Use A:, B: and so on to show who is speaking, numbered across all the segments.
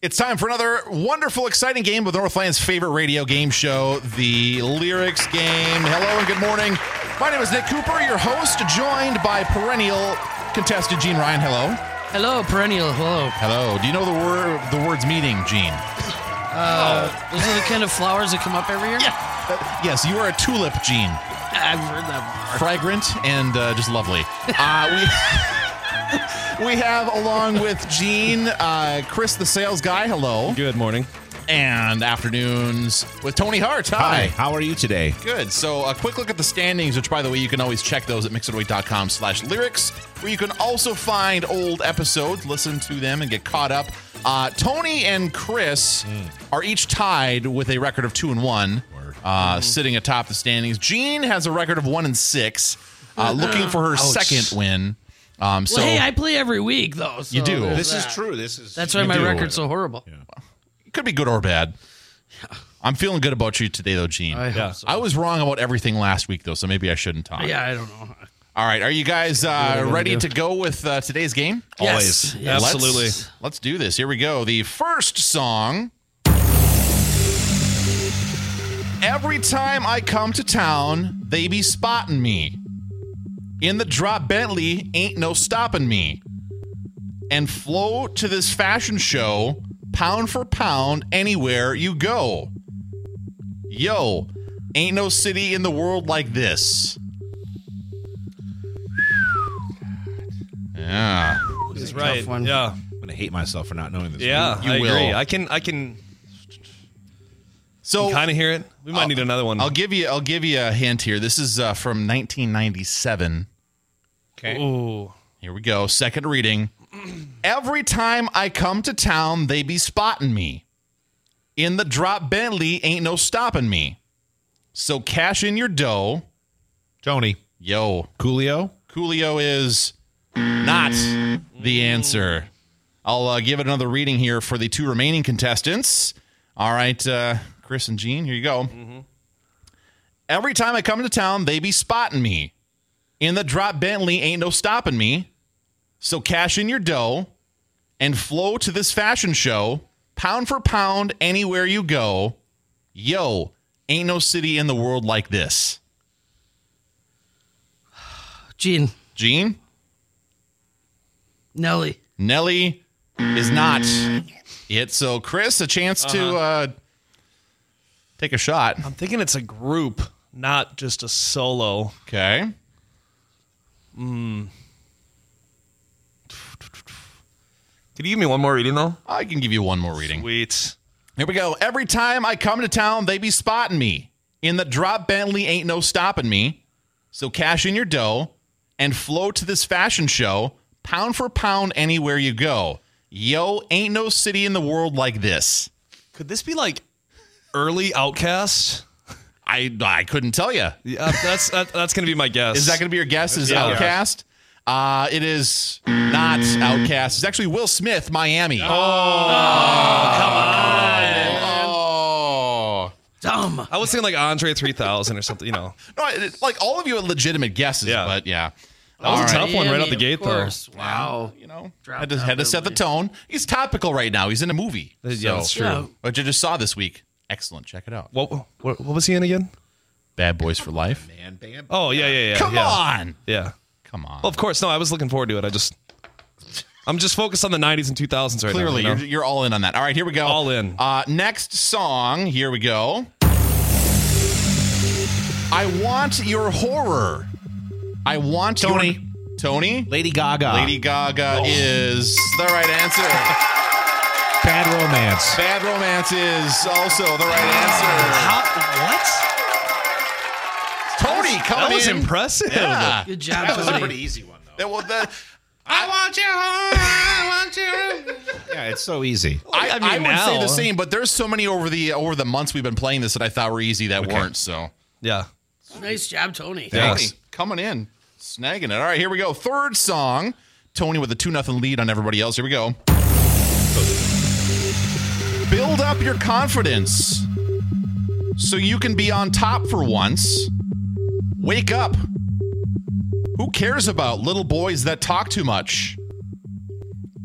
A: It's time for another wonderful, exciting game of Northland's favorite radio game show, the Lyrics Game. Hello and good morning. My name is Nick Cooper, your host, joined by perennial contestant Gene Ryan. Hello.
B: Hello, perennial. Hello.
A: Hello. Do you know the word the words meaning, Gene?
B: Those are the kind of flowers that come up every year.
A: Yes, you are a tulip, Gene.
B: I've heard that.
A: Fragrant and uh, just lovely. Uh, we we have along with Gene, uh, Chris, the sales guy. Hello,
C: Good morning.
A: and afternoons with Tony Hart. Hi.
C: How are you today?
A: Good. So a quick look at the standings, which by the way, you can always check those at mixedaway.com slash lyrics, where you can also find old episodes, listen to them and get caught up. Uh, Tony and Chris
B: Hmm.
A: are each tied with a record of two and one,
B: Mm-hmm.
A: uh, sitting atop the standings. Gene has a record of one and six, uh, looking for her second win. Um, so
B: Uh-uh. Well, hey, I play every week though. so
A: You do.
B: there's
C: This is
B: that.
C: true. This is
B: That's why my record's so horrible.
A: it could be good or bad. I'm feeling good about you today, though, Gene.
B: I hope
C: Yeah.
B: so.
A: I was wrong about everything last week, though, so maybe I shouldn't talk.
B: Yeah, I don't know.
A: All right, are you guys uh, ready to go with uh, today's game?
C: Always.
B: Yes. Yes.
C: Absolutely.
A: Let's, let's do this. Here we go. The first song. Every time I come to town, they be spotting me. In the drop Bentley, ain't no stopping me. And flow to this fashion show, pound for pound, anywhere you go. Yo, ain't no city in the world like this. Yeah.
C: That's
B: right. one.
C: Yeah.
D: I'm gonna hate myself for not knowing this.
C: Yeah.
A: You
C: I
A: will.
C: agree. I can. I can
A: So
C: kind of hear it. We might need another one.
A: I'll give you I'll give you a hint here. This is uh, from 1997.
D: Okay.
B: Ooh.
A: Here we go. Second reading. Every time I come to town, they be spotting me. In the drop Bentley, ain't no stopping me. So cash in your dough.
D: Tony
A: Yo,
D: Coolio.
A: Coolio is not the answer. I'll uh, give it another reading here for the two remaining contestants. All right, uh, Chris and Gene, here you go. Mm-hmm. Every time I come to town, they be spotting me. In the drop Bentley, ain't no stopping me. So cash in your dough and flow to this fashion show, pound for pound, anywhere you go. Yo, ain't no city in the world like this.
B: Gene,
A: Gene?
B: Nelly.
A: Nelly is not it. So, Chris, a chance to uh, take a shot.
C: I'm thinking it's a group, not just a solo.
A: Okay.
C: Could you give me one more reading though?
A: I can give you one more reading.
C: Sweet.
A: Here we go. Every time I come to town, they be spotting me. In the drop Bentley, ain't no stopping me. So, cash in your dough and flow to this fashion show, pound for pound, anywhere you go. Yo, ain't no city in the world like this.
C: Could this be like early Outcast?
A: I I couldn't tell you.
C: Yeah, uh, that's that, that's gonna be my guess.
A: Is that going to be your guess? Is
C: Yeah.
A: Outcast? Uh, it is not Outcast. It's actually Will Smith, Miami. Oh,
C: Oh,
A: come on.
B: Dumb.
C: I was thinking like Andre 3000 or something. You know,
A: No, it, like all of you had legitimate guesses,
C: Yeah.
A: but yeah.
C: that was
A: All
C: a
A: right.
C: tough one right out
B: Miami,
C: the gate
B: of course. Wow.
A: You know,
B: Drop
A: had to,
B: down
A: had to set the
B: Bentley.
A: tone. He's topical right now. He's in a movie.
C: though. Uh, Yeah, that's true.
B: Yeah.
A: What you just saw this week. Excellent. Check it out.
C: What, what what was he in again?
A: Bad Boys for Life.
D: Man, bam.
C: Oh yeah, yeah, yeah.
A: Come
C: yeah.
A: on.
C: Yeah.
A: Come on.
C: Well, of course. No, I was looking forward to it. I just, I'm just focused on the 90s and 2000s right
A: Clearly,
C: now.
A: you're, you're all in on that. All right, here we go.
C: All in.
A: Uh, next song. Here we go. I want your horror. I want Tony. Your, Tony.
D: Lady Gaga.
A: Lady Gaga is the right answer.
D: Bad Romance.
A: Bad Romance is also the right answer.
B: Uh,
C: what?
A: Tony, come
C: That was
A: in.
C: impressive.
A: Yeah.
B: Good job, Tony.
D: easy one though.
A: That was the-
D: I want you home. I want you. yeah, it's so easy.
A: I,
C: I mean,
A: I would say
C: now-
A: the same, but there's so many over the over the months we've been playing this that I thought were easy that weren't. So
C: Yeah.
B: Nice job, Tony.
C: Yeah.
A: Tony
C: Yes.
A: coming in, snagging it. All right, here we go. Third song. Tony with a 2 0 lead on everybody else. Here we go. Build up your confidence so you can be on top for once. Wake up. Who cares about little boys that talk too much?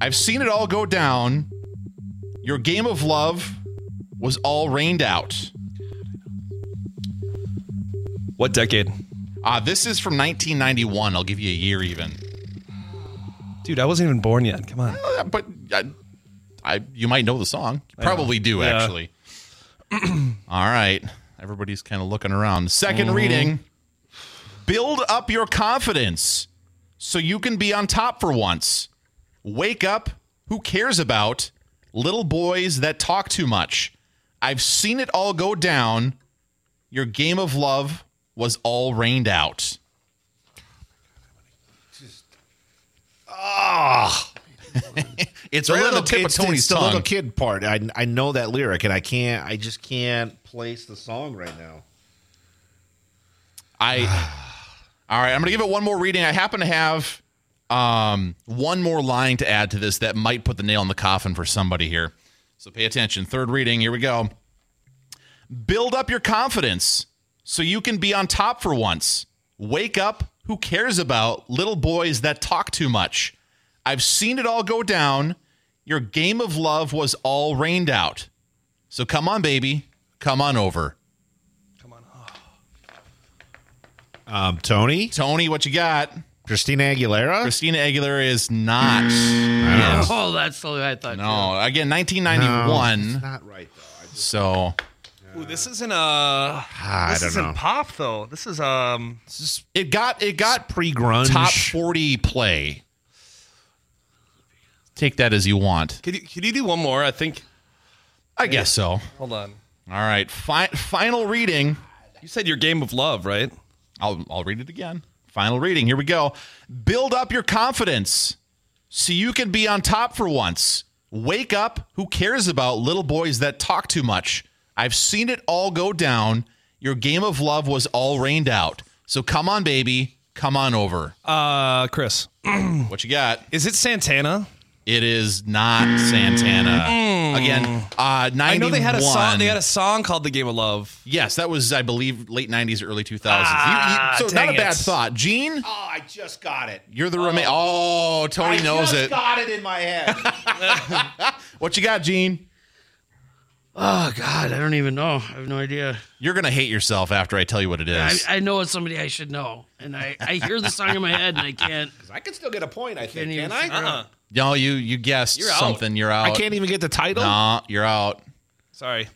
A: I've seen it all go down. Your game of love was all rained out.
C: What decade?
A: Uh, this is from 1991. I'll give you a year even.
C: Dude, I wasn't even born yet. Come on.
A: Uh, But I, I, you might know the song. You probably do,
C: Yeah.
A: actually. all right. Everybody's kind of looking around. 2nd
C: Mm-hmm.
A: reading Build up your confidence so you can be on top for once. Wake up. Who cares about little boys that talk too much? I've seen it all go down. Your game of love was all rained out. It's right on the Ah. tip of
D: it's-
A: Tony's
D: it's the little
A: tongue.
D: kid part. I, I know that lyric, and I can't. I just can't place the song right now.
A: I all right, I'm gonna give it one more reading. I happen to have um one more line to add to this that might put the nail in the coffin for somebody here. So pay attention. Third reading, here we go. Build up your confidence so you can be on top for once. Wake up, who cares about little boys that talk too much? I've seen it all go down. Your game of love was all rained out. So come on, baby. Come on over.
D: Um, Tony,
A: Tony, what you got?
D: Christina Aguilera.
A: Christina Aguilera is not.
D: Mm.
B: Oh, that's the I thought.
A: No, again,
D: No,
A: 1991.
D: it's not right though. I, just,
A: So
E: Ooh, this isn't uh
D: Ah, I
E: this
D: don't
E: isn't
D: know.
E: pop though. This is um
A: it got it got
D: Pre-grunge.
A: top 40 play. Take that as you want.
C: Could you, could you do one more? I think.
A: I guess so. All
C: Hold on.
A: right, fi- final reading.
C: You said your game of love, right?
A: I'll I'll read it again. Final reading. Here we go. Build up your confidence so you can be on top for once. Wake up. Who cares about little boys that talk too much? I've seen it all go down. Your game of love was all rained out. So come on, baby. Come on over.
C: Uh, Chris.
A: What you got?
C: Is it Santana?
A: It is not Santana. Again, uh, 91.
C: Mm. I know they had a song. They had a song called "The Game of Love."
A: Yes, that was, I believe, late 90s, early 2000s. You- you-
C: Ah,
A: so not
C: dang
A: a bad
C: it.
A: thought. Gene,
D: oh, I just got it.
A: you're the roommate. Oh, Tony
D: I
A: knows
D: just
A: it.
D: Got it in my head.
A: What you got, Gene?
B: Oh God, I don't even know. I have no idea.
A: You're gonna hate yourself after I tell you what it
B: I,
A: is.
B: I know it's somebody I should know, and I, I hear the song in my head, and I can't.
D: I can still get a point. I think.
B: even
D: Can Uh-huh. I?
B: figure it out.
A: no, you you guessed
C: out.
A: something. You're out.
D: I can't even get the title.
A: Nah, you're out.
C: Sorry.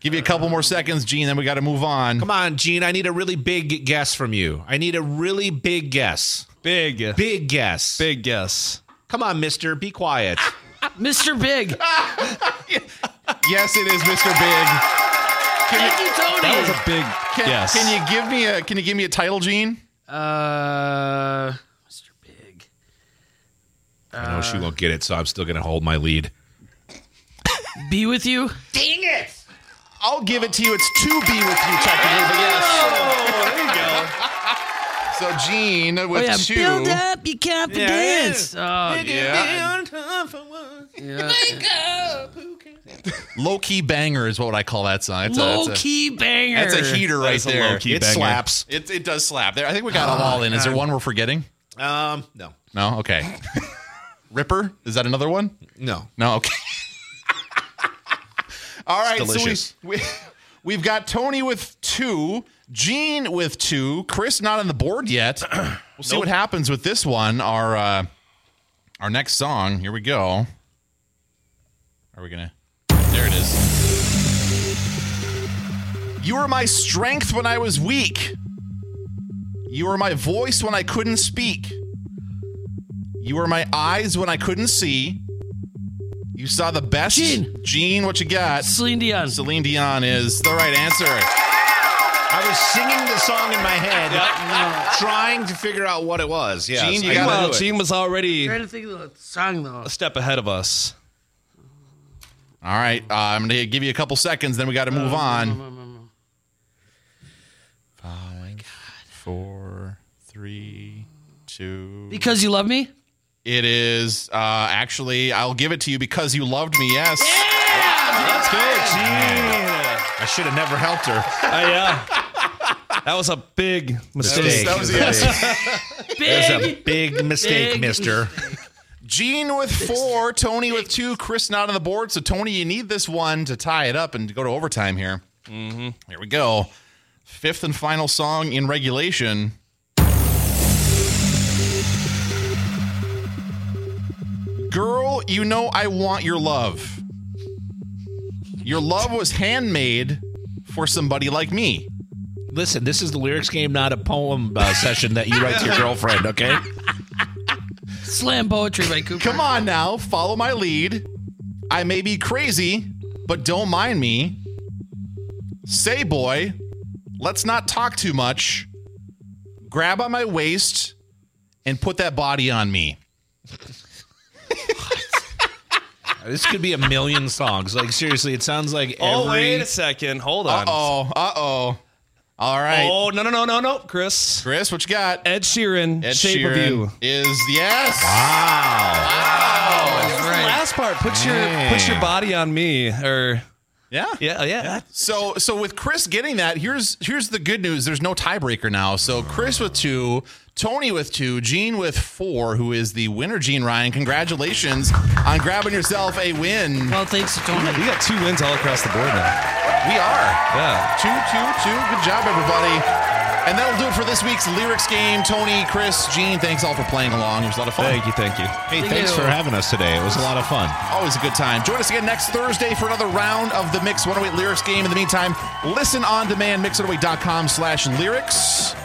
A: Give you a couple more seconds, Gene. Then we got to move on.
D: Come on, Gene. I need a really big guess from you. I need a really big guess.
C: Big, big,
D: Big guess.
C: guess.
D: Come on, Mister. Be quiet.
B: Mr. Big,
A: Yes, it is, Mr. Big.
B: thank you,
C: That was
B: Tony.
C: a big
A: Can,
C: guess.
A: can you give me a Can you give me a title, Gene?
B: Uh, Mr. Big.
D: I know she won't get it, so I'm still gonna hold my lead.
B: Be with you.
A: I'll give it to you. It's to be with you, technically. But yes. there you go. So Gene with
B: Oh yeah,
A: two.
B: build up your confidence. Oh,
A: Yeah. Low key banger is what I call that song. It's a,
B: low
A: it's a-
B: key Oh, banger.
A: That's a heater right
C: That's a
A: there.
C: low-key
A: it
C: banger.
A: slaps. It, it does slap. There, I think we got them all in. Is there one we're forgetting?
D: Um, no,
A: No. Okay. Ripper is that another one?
D: no.
A: No. Okay. all right.
D: delicious.
A: So we, we we've got Tony with two, Gene with two, Chris not on the board yet. We'll see what happens with this one. Our uh, our next song. Here we go. Are we gonna? There it is. You were my strength when I was weak. You were my voice when I couldn't speak. You were my eyes when I couldn't see. You saw the best.
B: Gene.
A: Gene, what you got?
B: Celine Dion.
A: Celine Dion is the right answer.
D: I was singing the song in my head, trying to figure out what it was. Yeah,
A: Gene, you
D: I
A: gotta
D: couldn't
C: well,
D: do it.
C: Gene was already
B: trying
C: a
B: to think of the song though.
C: step ahead of us.
A: All right, uh, I'm going to give you a couple seconds, then we got to move on. Five, four, three, two.
B: Because you love me.
A: It is uh, actually, I'll give it to you because you loved me. Yes.
C: Let's go, Gene.
D: I should have never helped her.
C: Uh, yeah. That was a big mistake.
A: That was the
B: Big.
D: big mistake,
B: Big
D: Mister.
A: Gene with four, Tony with two, Chris not on the board. So, Tony, you need this one to tie it up and to go to overtime here. Mm-hmm. Here we go. Fifth and final song in regulation. Girl, you know I want your love. Your love was handmade for somebody like me.
F: Listen, this is the lyrics game, not a poem uh, session that you write to your girlfriend. Okay.
B: Slam poetry by Cooper.
A: Come on now, follow my lead. I may be crazy, but don't mind me. Say, boy, let's not talk too much. Grab on my waist and put that body on me.
F: This could be a million songs. Like seriously, it sounds like
C: Oh,
F: every.
C: wait a second. Hold on.
A: Oh, uh oh. All right.
C: Oh, no, no, no, no, no. Chris.
A: Chris, what you got?
C: Ed Sheeran,
A: Ed
C: Shape
A: Sheeran
C: of You.
A: is yes.
C: Last part, put your put your body on me, or
A: Yeah.
C: yeah, yeah.
A: So so with Chris getting that, here's here's the good news. There's no tiebreaker now. So Chris with two, Tony with two, Gene with four, who is the winner, Gene Ryan. Congratulations on grabbing yourself a win.
B: Well, thanks to Tony.
C: We got two wins all across the board now.
A: We are.
C: Yeah.
A: Two, two, two. Good job, everybody. And that'll do it for this week's lyrics game. Tony, Chris, Gene, thanks all for playing along. It was a lot of fun.
C: Thank you, thank you.
F: Hey, thanks for having us today. It was a lot of fun.
A: Always a good time. Join us again next Thursday for another round oh of the Mix 108 Lyrics game. In the meantime, listen on demand, mix108.com slash lyrics.